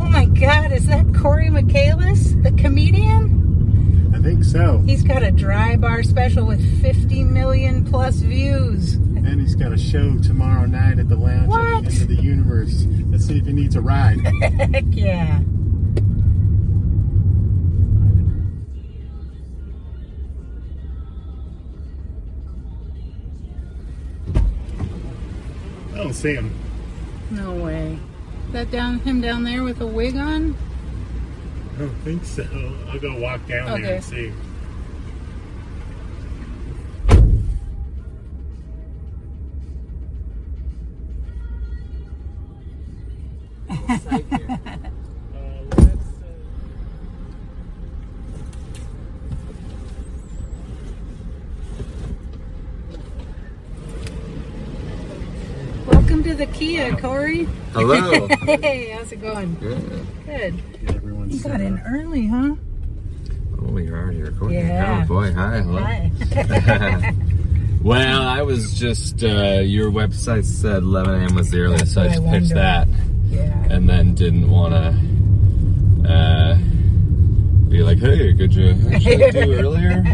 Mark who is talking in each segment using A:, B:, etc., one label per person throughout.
A: Oh my God, is that Corey Michaelis, the comedian?
B: I think so.
A: He's got a dry bar special with 50 million plus views.
B: And he's got a show tomorrow night at the lounge
A: What?
B: at the end of the universe. Let's see if he needs a ride.
A: Heck yeah.
B: I don't see him.
A: No way. That down him down there with a wig on?
B: I don't think so. I'll go walk down
A: Okay.
B: there and see.
A: Welcome to the Kia, Corey.
C: Hello.
A: Hey, how's it going? Good.
B: Get everyone
A: You got
B: set
A: in
B: up.
A: early, huh?
C: oh, you're already recording.
A: Yeah.
C: Oh boy, hi, hello. Well, I was just uh, your website said 11 a.m. was the earliest, so I
A: That's
C: just
A: what I
C: pitched that,
A: yeah.
C: and then didn't want to uh, be like, hey, could you actually do earlier?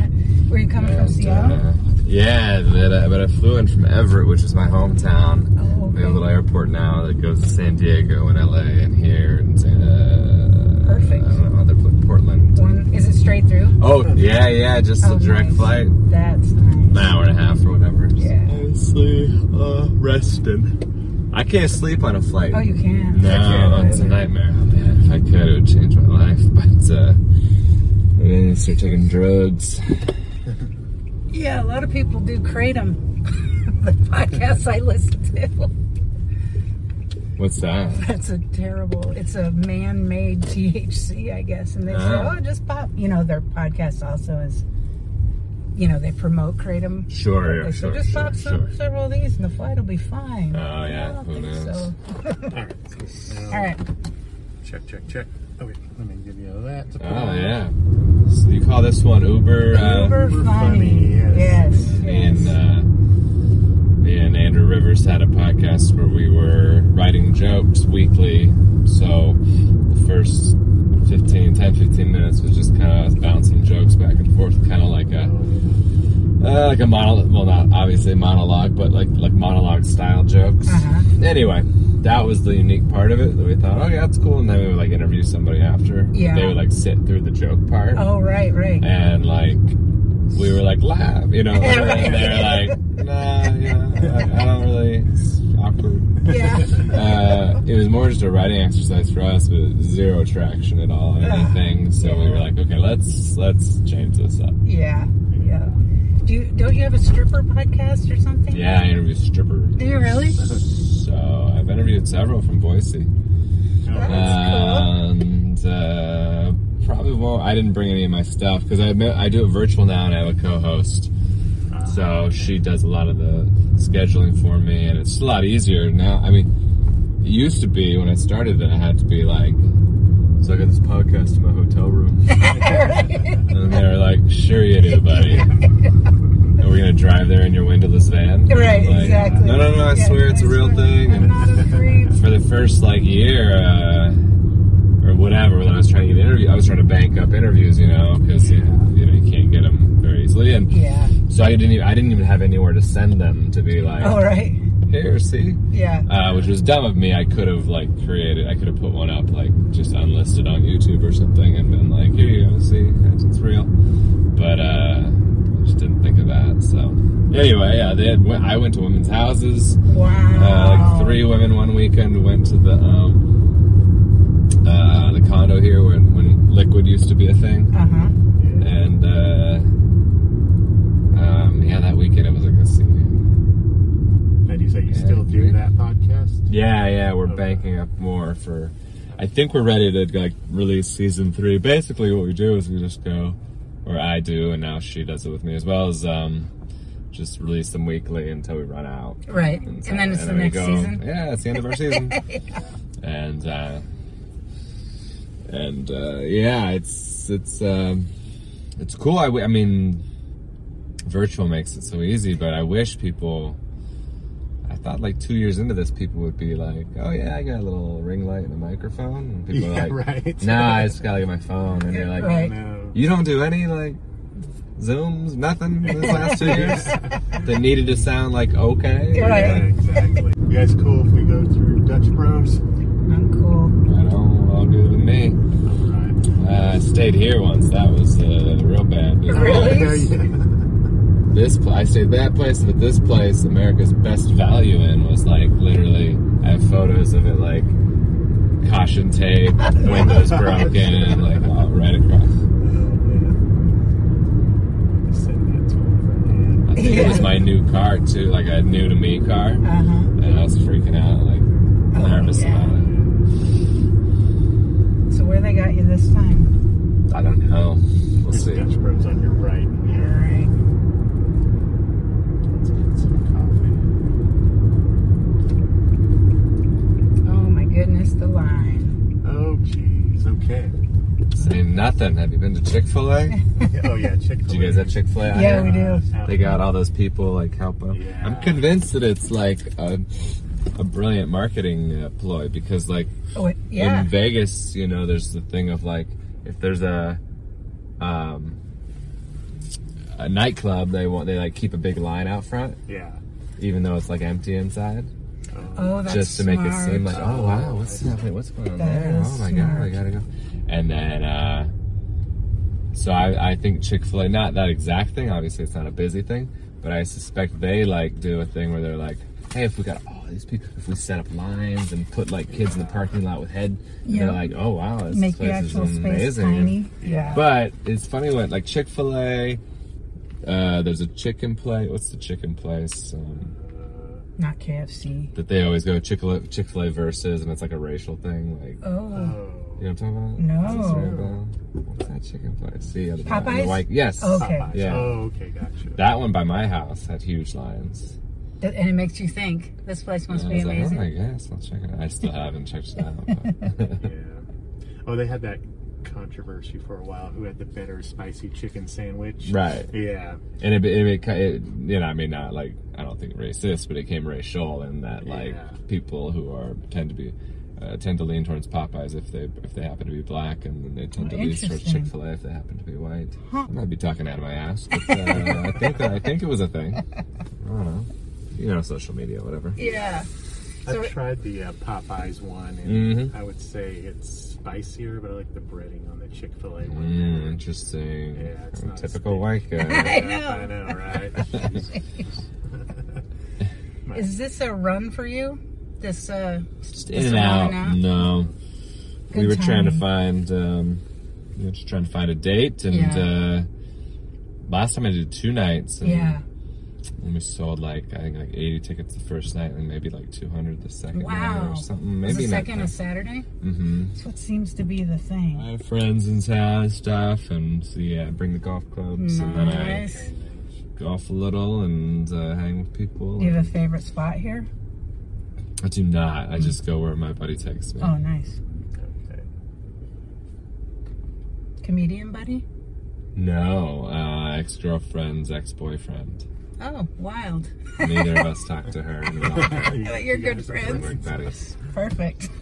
A: Were you coming from
C: And,
A: Seattle?
C: uh, yeah, but I, but I flew in from Everett, which is my hometown.
A: Oh,
C: We
A: okay.
C: have a little airport now that goes to San Diego and LA and here and uh,
A: Perfect.
C: I don't know other pla- Portland.
A: One, is it straight through?
C: Oh yeah, yeah, just
A: Oh,
C: a direct
A: nice.
C: flight,
A: That's nice.
C: an hour and a half or whatever. Just
A: Yeah.
C: Honestly, uh, rested. I can't sleep on a flight.
A: Oh, you can.
C: no, it's a nightmare. Oh, man, if I could, it would change my life. But uh, I didn't start taking drugs.
A: Yeah, a lot of people do kratom. the podcasts I listen to.
C: What's that?
A: That's a terrible. It's a man-made THC, I guess. And they say,
C: Oh.
A: "Oh, just pop." You know, their podcast also is. You know, they promote kratom.
C: Sure,
A: They
C: yeah,
A: say,
C: sure,
A: just
C: sure,
A: pop some-
C: sure.
A: several of these, and the flight will be fine.
C: Oh, yeah,
A: I don't
C: who
A: think
C: knows?
A: so.
B: Now,
A: All right.
B: Check, check, check. Okay, let me give you that. To put
C: Oh
B: on.
C: yeah. So you call this one Uber? Uh,
A: Uber
B: Uber
A: funny.
B: funny,
A: Yes.
B: yes.
C: Me
A: yes.
C: and uh, me and Andrew Rivers had a podcast where we were writing jokes weekly. So the first 15, 10, 15 minutes was just kind of bouncing jokes back and forth, kind of like a uh, like a monologue. Well, not obviously monologue, but like like monologue style jokes.
A: Uh-huh.
C: Anyway, that was the unique part of it that we thought, oh yeah, that's cool. And then we would like interview somebody after.
A: Yeah.
C: They would like sit through the joke part
A: oh, right, right.
C: and like we were like laugh, you know, and they're like, nah, yeah, I, I don't really, it's awkward.
A: yeah.
C: Uh, it was more just a writing exercise for us, with zero traction at all, or anything. So we were like, okay, let's let's change this up.
A: Yeah. Yeah. Do you, don't you have a stripper podcast or something?
C: Yeah, I interviewed strippers.
A: Do you really?
C: So I've interviewed several from Boise.
B: Oh,
A: That's
B: that's
C: uh, I didn't bring any of my stuff because I admit- I do it virtual now and I have a co-host. So she does a lot of the scheduling for me, and it's a lot easier now. I mean, it used to be when I started that I had to be like, so I got this podcast in my hotel room, and they were like, "Sure you do, buddy." And we're gonna drive there in your windowless van,
A: Right,
C: Like,
A: exactly.
C: No, no, no! I
A: Yeah,
C: swear it's a real
A: swear.
C: thing.
A: I'm
C: And-
A: not afraid.
C: for the first like year uh, or whatever when I was trying to get interview, I was trying to bank up interviews, you know, because you, you know you can't get them very easily, and
A: Yeah.
C: so I didn't even I didn't even have anywhere to send them to be like
A: All Oh, right.
C: here, see,
A: Yeah.
C: uh, which was dumb of me. I could have like created, I could have put one up like just unlisted on YouTube or something, and been like, here you go, see, it's, it's real, but uh, I just didn't think of that. So anyway, yeah, they had, I went to women's houses. Uh,
A: Wow.
C: like three women one weekend went to the um, uh, the condo here when, when liquid used to be a thing,
A: Uh huh.
C: and uh, um, yeah, that weekend it was like a scene.
B: And you say you still do that podcast?
C: Yeah, yeah, we're banking up more for. I think we're ready to like release season three. Basically, what we do is we just go, or I do, and now she does it with me as well. Is um, just release them weekly until we run out.
A: Right. And,
C: so-
A: then it's the
C: we
A: next
C: go,
A: season.
C: Yeah, it's the end of our season. And uh, and uh, yeah, it's it's um, it's cool. I, w- I mean, virtual makes it so easy, but I wish people. I thought like two years into this, people would be like, "Oh yeah, I got a little ring light and a microphone." And people
B: Yeah,
C: are like,
B: right.
C: "Nah, I just gotta get my phone." And you're like,
A: Right.
B: No.
C: you don't do any like zooms, nothing these last two years that needed to sound like okay.
A: Right.
B: Yeah, exactly. You guys cool if we go through Dutch Bros?
A: I'm Oh, cool.
C: Right on, all good with me.
B: Right.
C: Uh, I stayed here once. That was uh, real bad.
A: Really?
B: Yeah, yeah.
C: This pl- I stayed that place, but this place, America's Best Value Inn, was like literally. I have photos of it like caution tape, windows broken, like all right across.
B: I said that to him.
C: I think it was my new car too, like a new to me car,
A: Uh huh.
C: and I was freaking out, like nervous
A: Oh, yeah.
C: about it.
A: So where they got you this time?
C: I don't know. We'll
B: There's
C: see.
B: Dutch Bros on your
A: All
B: right.
A: right.
B: Let's get some
A: Oh my goodness, the line.
B: coffee. Oh, jeez. Okay.
C: Say nothing. Have you been to Chick Fil A?
B: Yeah, Oh, yeah. Uh, Chick fil
C: Do you guys have Chick Fil A?
A: Yeah, we do.
C: They got all those people like help them.
B: Yeah.
C: I'm convinced that it's like a, a brilliant marketing uh, ploy because like
A: Oh it- yeah.
C: in Vegas, you know, there's the thing of like if there's a um, a nightclub, they want they like keep a big line out front,
B: Yeah.
C: even though it's like empty inside.
A: Oh, that's
C: just to make it seem like, oh wow, what's happening? What's going on
A: That
C: there?
A: is
C: Oh my god, I
A: smart.
C: gotta go. And then, uh, so I, I think Chick Fil A, not that exact thing. Obviously, it's not a busy thing, but I suspect they like do a thing where they're like, hey, if we got all these people, if we set up lines and put like kids in the parking lot with head, and
A: Yeah.
C: they're like, oh wow, this
A: make the
C: place is
A: actual space
C: amazing.
A: tiny. Yeah.
C: But it's funny when like Chick Fil A. Uh, there's a chicken place. What's the chicken place? Um,
A: Not KFC.
C: that they always go Chick Fil A versus, and it's like a racial thing. Like,
A: Oh.
C: you know what I'm talking about?
A: No.
C: Is this right about- What's that chicken place? See, the the
A: Popeyes?
C: white- yes.
A: Okay.
C: Yeah.
B: Oh, okay. Gotcha.
C: That one by my house had huge lines.
A: That- and it makes you think this place must
C: And I
A: be
C: was like, oh
A: amazing.
C: my gosh, I'll check it out. I still haven't checked it out. but-
B: Yeah. Oh, they had that controversy for a while. Who had the better spicy chicken sandwich?
C: Right.
B: Yeah.
C: and it, it, it, it, you know, I mean, not like, I don't think racist, but it came racial in that, like,
B: Yeah.
C: people who are, tend to be, uh, tend to lean towards Popeyes if they if they happen to be black, and then they tend to
B: Oh,
C: lean towards
A: Interesting.
C: Chick Fil A if they happen to be white. I might be talking out of my ass, but uh, I think that, I think it was a thing. I don't know, you know, social media, whatever.
A: Yeah. So-
B: I've tried the uh, Popeyes one, and
C: Mm-hmm.
B: I would say it's spicier, but I like the breading on the Chick Fil A one.
C: Mm, interesting.
B: Yeah, it's
C: I'm a
B: not
C: typical white guy.
A: I
B: Yeah, I
A: know.
B: know, right?
A: Is this a run for you? This uh
C: Just in
A: Is
C: and
A: it
C: out.
A: in and out?
C: No, we
A: Good
C: were trying to
A: timing.
C: find, um, you know, just trying to find a date, and
A: Yeah.
C: uh, last time I did two nights, and
A: yeah.
C: And we sold like I think like 80 tickets the first night, and maybe like 200 the second night
A: Wow.
C: or something.
A: Was
C: Maybe
A: the
C: not
A: second
C: that-
A: a Saturday?
C: Mhm.
A: That's what seems to be the thing.
C: my friends and sa- stuff, and so yeah, bring the golf clubs, and then I
A: Nice.
C: golf a little and uh, hang with people.
A: Do you have a favorite spot here?
C: I do not. I just go where my buddy takes me.
A: Oh, nice.
B: Okay.
A: Comedian buddy?
C: No, uh, ex girlfriend's ex boyfriend.
A: Oh, wild.
C: Neither of us talked to her. We all
A: But you're good friends.
C: were buddies.
A: Perfect.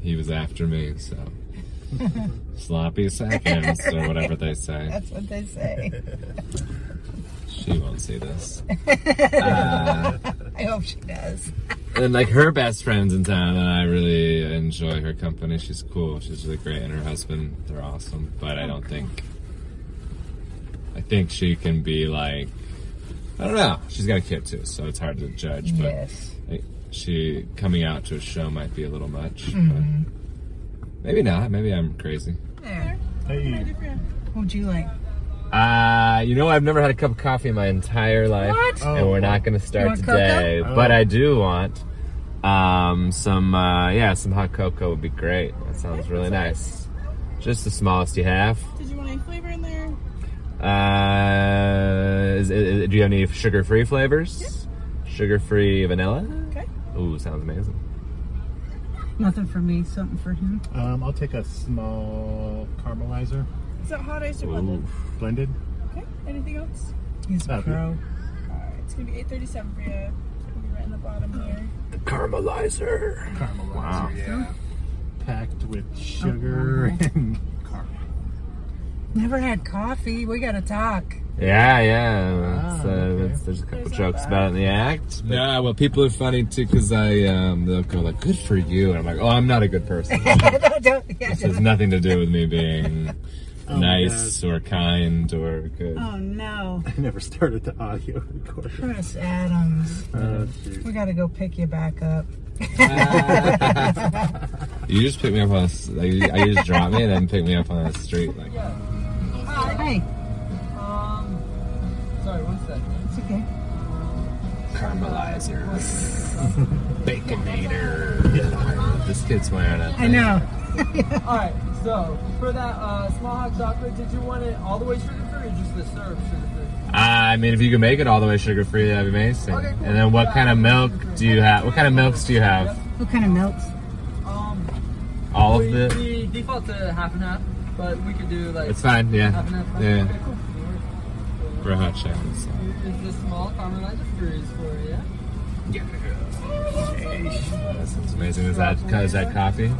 C: He was after me, so sloppy seconds or whatever they say.
A: That's what they say.
C: She won't see this.
A: I hope she does.
C: and like her best friends in town, and I really enjoy her company. She's cool. She's really great, and her husband, they're awesome. But I don't think, I think she can be like, I don't know. She's got a kid too, so it's hard to judge. But
A: Yes.
C: like, she coming out to a show might be a little much. But maybe not. Maybe I'm crazy.
A: There.
B: Hey,
A: Who'd you like?
C: Uh, you know, I've never had a cup of coffee in my entire life,
A: What?
C: and we're not going to
A: You
C: start
A: want
C: today. But I do want um, some, uh, yeah, some hot cocoa would be great. That sounds really nice. Just the smallest you have.
D: Did you want any flavor in there?
C: Uh, is, is- do you have any sugar-free flavors? Sugar-free vanilla.
D: Okay.
C: Ooh, sounds amazing.
A: Nothing for me, something for him.
B: um, I'll take a small caramelizer,
D: Is that hot ice or blended?
B: blended.
D: Okay. Anything else?
A: He's
B: That'd be-
A: pro.
D: All right. It's gonna be 8:37 for you. It's gonna be right in the bottom here.
C: Caramelizer.
B: Caramelizer,
C: Wow.
B: yeah. Packed with sugar and caramel.
A: Never had coffee. We gotta talk.
C: Yeah, yeah.
B: Ah,
C: it's, uh,
B: okay.
C: it's- there's a couple
D: There's that
C: jokes
D: back.
C: about it in the act. Yeah, well, people are funny too because I um, they'll go like, "Good for you," and I'm like, "Oh, I'm not a good person."
A: Don't- yeah,
C: this has nothing to do with me being nice or kind or good.
A: Oh no,
B: I never started the audio recording.
A: Chris Adams.
C: Uh-huh.
B: Oh, shoot.
A: We gotta go pick you back up.
C: You just pick me up on a, s- like, you- you just drop me and then pick me up on the street. Like,
E: Oh,
A: Hey. Um. Sorry, one second. It's okay.
C: caramelizer, baconator. this kid's wearing it.
A: I know.
E: All right, so for that uh, small hot chocolate, did you want it all the way sugar free or just the syrup sugar free?
C: Uh, I mean, if you can make it all the way sugar free, that'd be amazing.
E: Okay, cool.
C: And then, what kind of milk do you have? What kind of milks do you have?
A: What kind of melts?
E: Um,
C: All
E: we,
C: of it.
E: we default to half and half, but we could do like
C: It's fine.
E: half and
C: Yeah.
E: half.
C: Yeah.
E: Okay, cool.
C: For a hot chocolates.
E: Is this small caramelizer freeze for you?
C: Yeah. That sounds amazing. Is that is that coffee?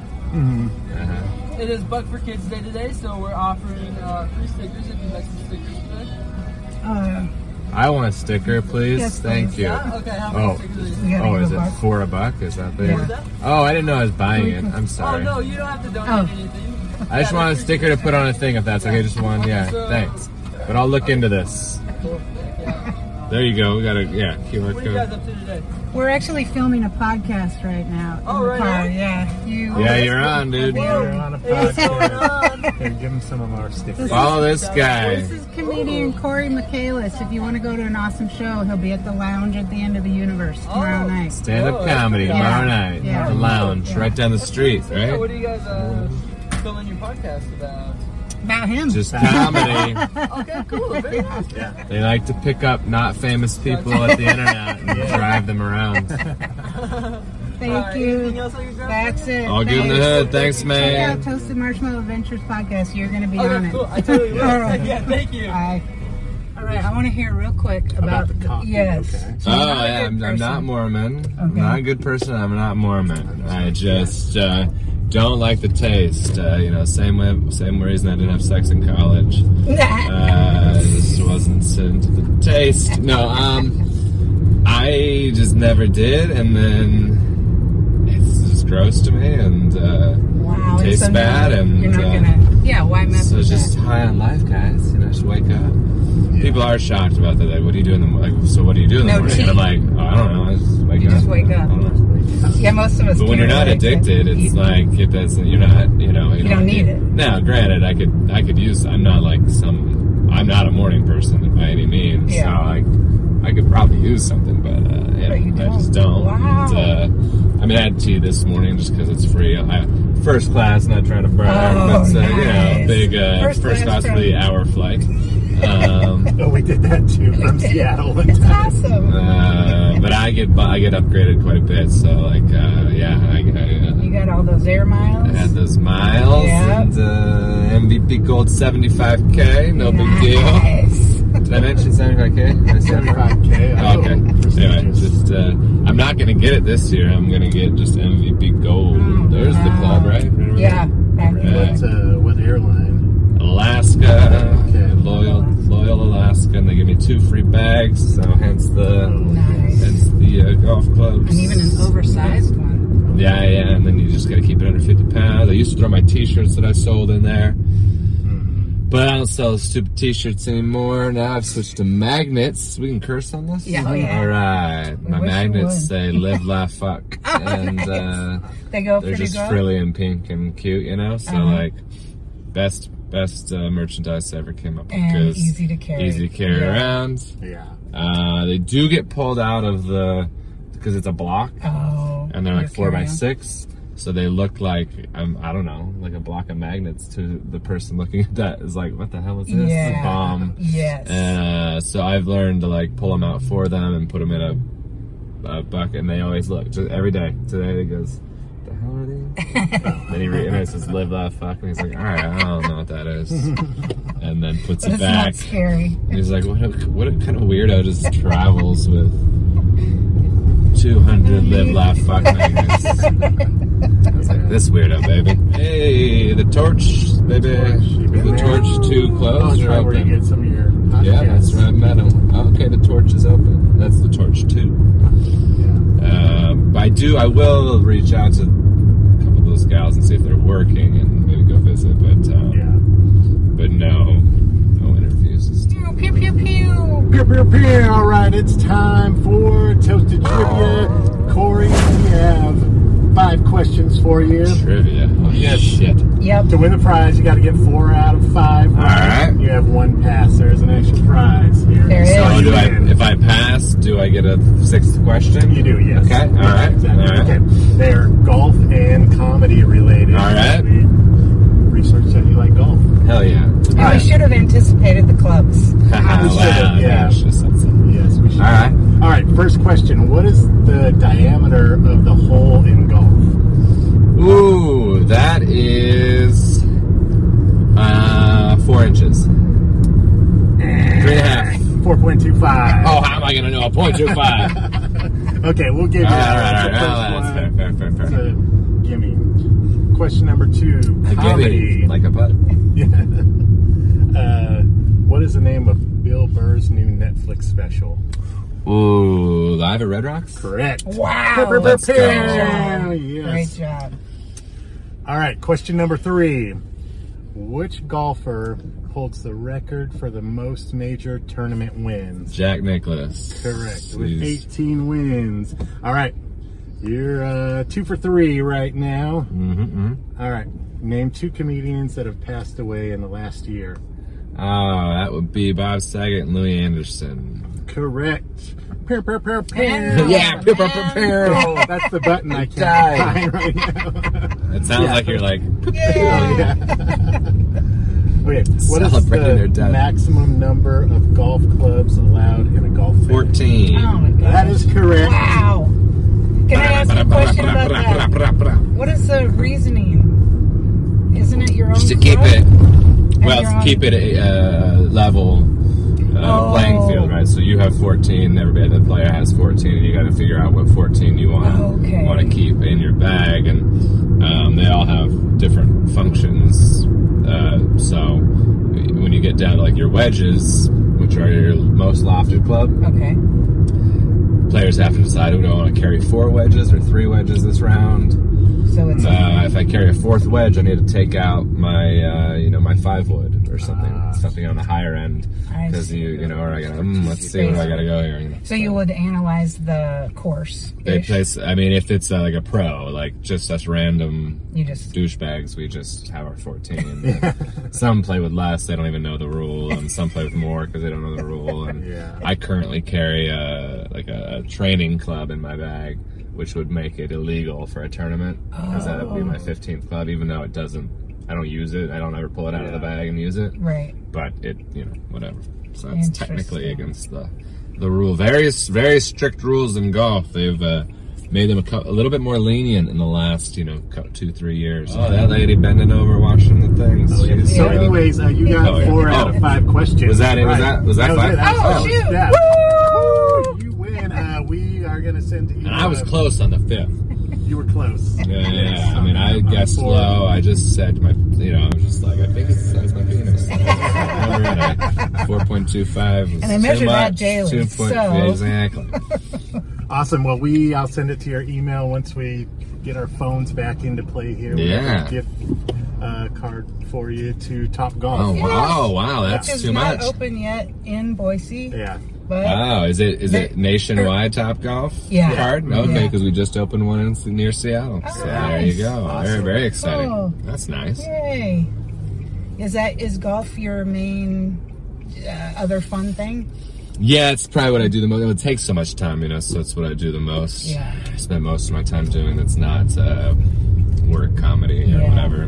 E: It is Buck for Kids Day today, so we're offering uh, free stickers if you'd like some stickers today.
A: Uh,
C: I want a sticker, please.
A: Yes,
C: Thank
A: please.
C: you.
E: Yeah? Okay, how many
C: Oh.
E: stickers are
A: we
E: you?
A: gotta
C: Oh,
A: go
C: is it
A: back.
C: for a buck? Is that the?
A: Yeah.
C: Oh, I didn't know I was buying it. I'm
E: Oh,
C: sorry.
E: no, you don't have to donate
A: Oh.
E: anything.
C: I just want a sticker to put on a thing if that's okay. Just one, yeah. Thanks. But I'll look into this. There you go. We got a yeah QR
E: What are you guys
C: code.
E: up to today?
A: We're actually filming a podcast right now. in
E: Oh,
A: the
E: right
A: car.
E: now?
A: Yeah. You.
C: Yeah, you're on, dude.
B: We're on a
E: What's going
B: podcast.
E: on?
B: Here, give him some of our stickers.
C: Follow this guy.
A: This is comedian Corey Michaelis. If you want to go to an awesome show, he'll be at the lounge at the end of the universe tomorrow
E: Oh.
A: night.
C: Stand up comedy tomorrow night.
A: Yeah.
C: The lounge right down the street,
E: Yeah,
C: right?
E: what are you guys uh, filming your podcast about?
A: About him.
C: Just comedy.
E: Okay, cool. Very nice.
C: They like to pick up not famous people at the internet and drive them around.
A: Thank
E: Alright, Anything
A: you.
E: else I can grab?
A: That's it.
C: I'll give them the
A: Thanks.
C: hood. Thanks,
A: Check out
C: man.
A: Toasted Marshmallow Adventures podcast. You're going to be on
E: Okay,
A: it.
E: cool. I totally will.
A: All right.
E: Yeah, thank you.
A: Bye. All right. I want to hear real quick about,
B: About the coffee,
A: Yes.
B: okay.
C: Oh, yeah, I'm, I'm not Mormon. I'm
A: Okay.
C: not a good person. I'm not Mormon. I just uh, don't like the taste. Uh, you know, same way, same reason I didn't have sex in college. Uh, this wasn't into the taste. No, um, I just never did, and then it's just gross to me, and uh,
A: Wow.
C: Tastes
A: it's so
C: bad
A: nice.
C: and,
A: you're not
C: uh,
A: gonna. Yeah. Why mess
C: So
A: with
C: just
A: that?
C: high on life, guys. You know, just wake up. People are shocked about that. Like, what do you do in the morning? Like, so what do you do in the
A: No
C: morning? And I'm like, oh, I don't know. I just wake
A: You
C: up.
A: just wake
C: I
A: up.
C: don't know.
A: Yeah. Most of us.
C: But when you're
A: can't
C: not
A: really accept
C: addicted,
A: it.
C: it's like if that's you're not, you know, you,
A: don't need it.
C: Now, granted, I could I could use. I'm not like some I'm not a morning person by any means.
A: Yeah.
C: So like, I could probably use something, but uh, yeah,
A: But you
C: I just
A: don't.
C: don't.
A: Wow.
C: And, uh, I mean, I had tea this morning just because it's free. I, first class, not trying to brag,
A: Oh,
C: but uh, you know,
A: nice.
C: big uh,
A: First
C: first,
A: class
C: class for the
A: from-
C: hour flight. Um,
B: Oh, we did that too from Seattle one
D: It's
B: time.
D: awesome.
C: uh, but I get bu- I get upgraded quite a bit, so like uh, yeah, I, uh,
A: You got all those air
C: I, I had
A: miles.
C: those miles
A: Yeah.
C: and uh, MVP Gold 75k, no big deal.
A: Nice.
C: Did I mention 75k? I said-
B: 75K.
C: Oh, okay. Anyway, just uh, I'm not gonna get it this year. I'm gonna get just MVP Gold. There's the club, right? Right over
A: Oh, Yeah. Back
C: there.
A: in
C: Uh,
B: What, uh, what airline?
C: Alaska,
B: Okay.
C: loyal, loyal Alaska, and they give me two free bags. So hence the,
A: nice.
C: hence the uh, golf clubs.
A: Oh. And even an oversized one.
C: Yeah, yeah, and then you just got to keep it under 50 pounds. I used to throw my T-shirts that I sold in there, but I don't sell stupid T-shirts anymore. Now I've switched to magnets. We can curse on this.
A: Yeah, oh, yeah.
C: All right, my
A: wish you
C: magnets
A: would.
C: say "Live, Laugh, Fuck," and uh,
A: They Uh-huh. go
C: they're
A: pretty
C: just
A: good.
C: frilly and pink and cute, you know. So like, best best uh, merchandise I ever came up with
A: And
C: 'cause
A: easy to carry.
C: easy to carry around.
B: Yeah.
C: Uh, they do get pulled out of the because it's a block
A: Oh.
C: and they're like
A: you're
C: four by
A: carrying.
C: six. So they look like um, I don't know, like a block of magnets to the person looking at that is like, what the hell is this?
A: Yeah.
C: Bomb.
A: Yes.
C: Uh, so I've learned to like pull them out for them and put them in a, a bucket, and they always look just every day. Today he goes, the hell are these? then he re- and it says live, laugh, fuck, and he's like, all right, I don't know what that is, and then puts it
A: It's not
C: back.
A: scary.
C: And He's like, what, what kind of weirdo just travels with 200 live, laugh, fuck magnets? I was like, this weirdo, baby. Hey, the torch, baby.
B: Torch, you
C: the
B: been there?
C: torch too
B: Oh,
C: closed
B: that's
C: or
B: right where you
C: open?
B: get some of your
C: Yeah, that's
B: podcasts.
C: right, metal. Okay, the torch is open. That's the torch too.
B: Yeah.
C: Um, but I do, I will reach out to a couple of those gals and see if they're working and maybe go visit. But um,
B: yeah.
C: but no, no interviews. It's
A: Pew, pew, pew, pew.
B: Pew, pew, pew. All right, it's time for Toasted Trivia. Corey, we have five questions for you.
C: trivia. Oh, yes. Shit.
A: Yep.
B: To win the prize, you got to get four out of five. All
C: right.
B: You have one pass. There's an extra prize here.
A: There is.
C: So
B: Oh, You
C: Oh, do I,
B: win.
C: if I pass, do I get a sixth question?
B: You do, yes.
C: Okay, all right,
B: Exactly.
C: all right.
B: Okay. They're golf and comedy related.
C: All right.
B: We researched that you like golf.
C: Hell yeah.
A: And we should have anticipated the clubs.
C: wow,
B: yeah.
C: gosh, that's something.
B: Yes, we should.
C: All right.
B: All right, first question. What is the diameter of the hole in golf?
C: Ooh, that is uh, four inches. Three and a half.
B: 4.25.
C: Oh, how am I going to know? A point two five. all right,
B: Okay, we'll give you
C: all
B: that.
C: right, all right. Oh,
B: That's
C: that's
B: the
C: fair,
B: first
C: fair, fair,
B: one.
C: fair.
B: It's a gimme. Question number two.
C: A
B: Comedy.
C: gimme, like a putt.
B: uh, what is the name of Bill Burr's new Netflix special?
C: Ooh, live at Red Rocks?
B: Correct.
A: Wow.
C: Let's go.
B: Yeah,
A: Great
B: yes.
A: job.
B: All right, question number three. Which golfer holds the record for the most major tournament wins?
C: Jack Nicholas.
B: Correct. With
C: He's-
B: 18 wins. All right. You're uh, two for three right now.
C: Mm-hmm,
B: All right. Name two comedians that have passed away in the last year.
C: Oh, that would be Bob Saget and Louis Anderson.
B: Correct. Pew, pew, pew, pew.
C: Yeah, pew, pew, pew, pew.
B: Oh, that's the button I can't
C: Died.
B: find right now.
C: It sounds like you're like,
B: Okay, what is
C: Celebrating
B: the
C: their death.
B: maximum number of golf clubs allowed in a golf bag?
C: 14.
A: Oh my god.
B: That is correct.
A: Wow. Can I ask a question about that? What is the reasoning? Isn't it your own
C: Just to keep
A: club?
C: it, well,
A: you're
C: to
A: on-
C: keep it a uh, level uh,
A: Oh.
C: playing field, right? So you have 14, everybody that player has 14, and you got to figure out what 14 you want
A: Okay.
C: want to keep in your bag, and um, they all have different functions. Uh, so when you get down to like your wedges, which are your most lofted club,
A: Okay.
C: players have to decide do I want to carry four wedges or three wedges this round.
A: so it's
C: Uh, if I carry a fourth wedge, I need to take out my, uh, you know, my five wood or something, something on the higher end,
A: Ah. I
C: because
A: see.
C: you, you know, or I gotta, mm, let's see where I gotta go here. you know.
A: so you would analyze the course.
C: They place. I mean, if it's uh, like a pro, like just us random
A: You just
C: douchebags, we just have our fourteen. some play with less; they don't even know the rule, and some play with more because they don't know the rule. And
B: Yeah.
C: I currently carry a like a, a training club in my bag, which would make it illegal for a tournament because that would be my fifteenth club, even though it doesn't. I don't use it. I don't ever pull it out of the bag and use it
A: right.
C: but it you know whatever so it's technically
A: Interesting.
C: against the the rule various very strict rules in golf they've uh, made them a, cou- a little bit more lenient in the last you know cou- two three years oh that lady bending over washing the things She's,
B: So,
C: uh,
B: anyways, uh, you
C: Oh,
B: got
C: yeah.
B: four out
C: Oh.
B: of five questions.
C: Was that it? Was
B: right.
C: that- was that
B: was
C: five?
B: it. That
D: Oh,
B: was-
D: shoot.
B: that was- You win. Uh, we are going to send you.
C: and i was
B: uh,
C: close on the fifth
B: You were close.
C: yeah, yeah. i
B: on-
C: mean i
B: on
C: guessed
B: four.
C: low i just said my you know i was just like i think it's the size of my penis And I Four point two five, and
A: I measure that daily, so-
C: exactly.
B: Awesome. Well, we I'll send it to your email once we get our phones back into play here. We
C: Yeah.
B: have a gift uh, card for you to Top
C: Oh
B: Golf.
C: wow, wow, that's
A: It's
C: too
A: not
C: much.
A: open yet in Boise,
B: Yeah.
A: but
C: Wow, is it is it
A: They-
C: nationwide Top Golf
A: Yeah.
C: card? Okay,
A: Yeah. Oh,
C: because we just opened one in s- near Seattle. so there
A: nice.
C: you go. Very very exciting.
A: Cool.
C: That's nice.
A: yay! Is that is golf your main uh, other fun thing?
C: Yeah, it's probably what I do the most. It takes so much time, you know. So that's what I do the most.
A: Yeah.
C: I spend most of my time doing that's not uh, work, comedy, or
A: Yeah.
C: whatever.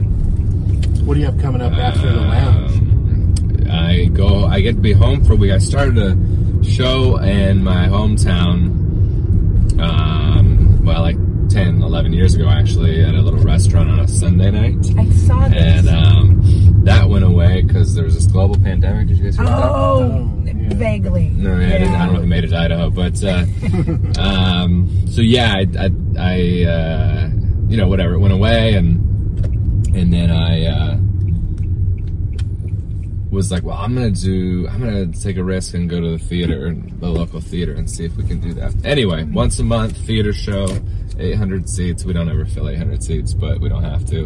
B: What do you have coming up after
C: Um,
B: the lounge?
C: I go. I get to be home for a week. I started a show in my hometown. Um, well, like 10, 11 years ago, actually, at a little restaurant on a Sunday night,
A: I saw this.
C: and um, that went away because there was this global pandemic. Did you guys hear about that?
A: oh, vaguely.
C: No, yeah, I, didn't, I don't know if it made it to Idaho, but uh, um, so yeah, I, I, I uh, you know, whatever, it went away, and and then I uh, was like, well, I'm gonna do, I'm gonna take a risk and go to the theater, the local theater, and see if we can do that. Anyway, once a month theater show, 800 seats. We don't ever fill 800 seats, but we don't have to,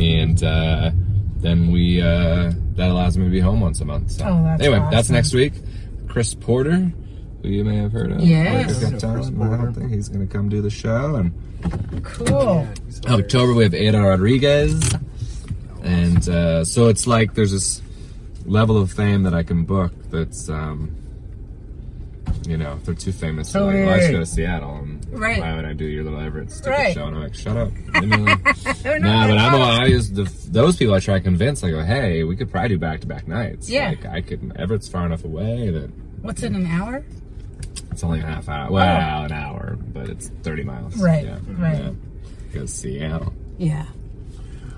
C: and. Uh, then we uh, that allows me to be home once a month. So
A: Oh, that's
C: anyway, that's
A: awesome.
C: next week. Chris Porter, who you may have heard of.
A: Yes.
C: Like, I've got
B: Chris
C: time, I
B: Porter.
C: don't think he's going to come do the show. And
A: Cool.
C: October we have Ada Rodriguez, and uh, so it's like there's this level of fame that I can book that's. Um, you know, if they're too famous, they're like, well, I just go to Seattle. And
A: Oh, Right.
C: Why would I do your little Everett stupid
A: Right.
C: show? And I'm like, shut up. Leave me alone. No, but I'm a, I just the, those people I try to convince. I go, hey, we could probably do back to back nights.
A: Yeah.
C: like I could. Everett's far enough away that
A: What's in an hour?
C: it's only a half hour. Well, an hour, but it's 30 miles.
A: Right,
C: Yeah.
A: right.
C: Yeah. Go Seattle.
A: Yeah.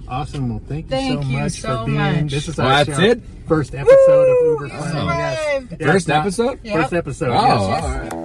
B: Awesome. Well, thank you
A: Thank
B: so
A: you
B: much
A: so
B: for being.
A: much.
B: This is
C: Well,
B: actually
C: that's
B: our
C: it?
B: first episode of Uber Fun.
A: survived.
B: Yes.
C: First
B: Yes,
C: episode?
B: First episode.
C: Oh,
B: yes.
C: all right.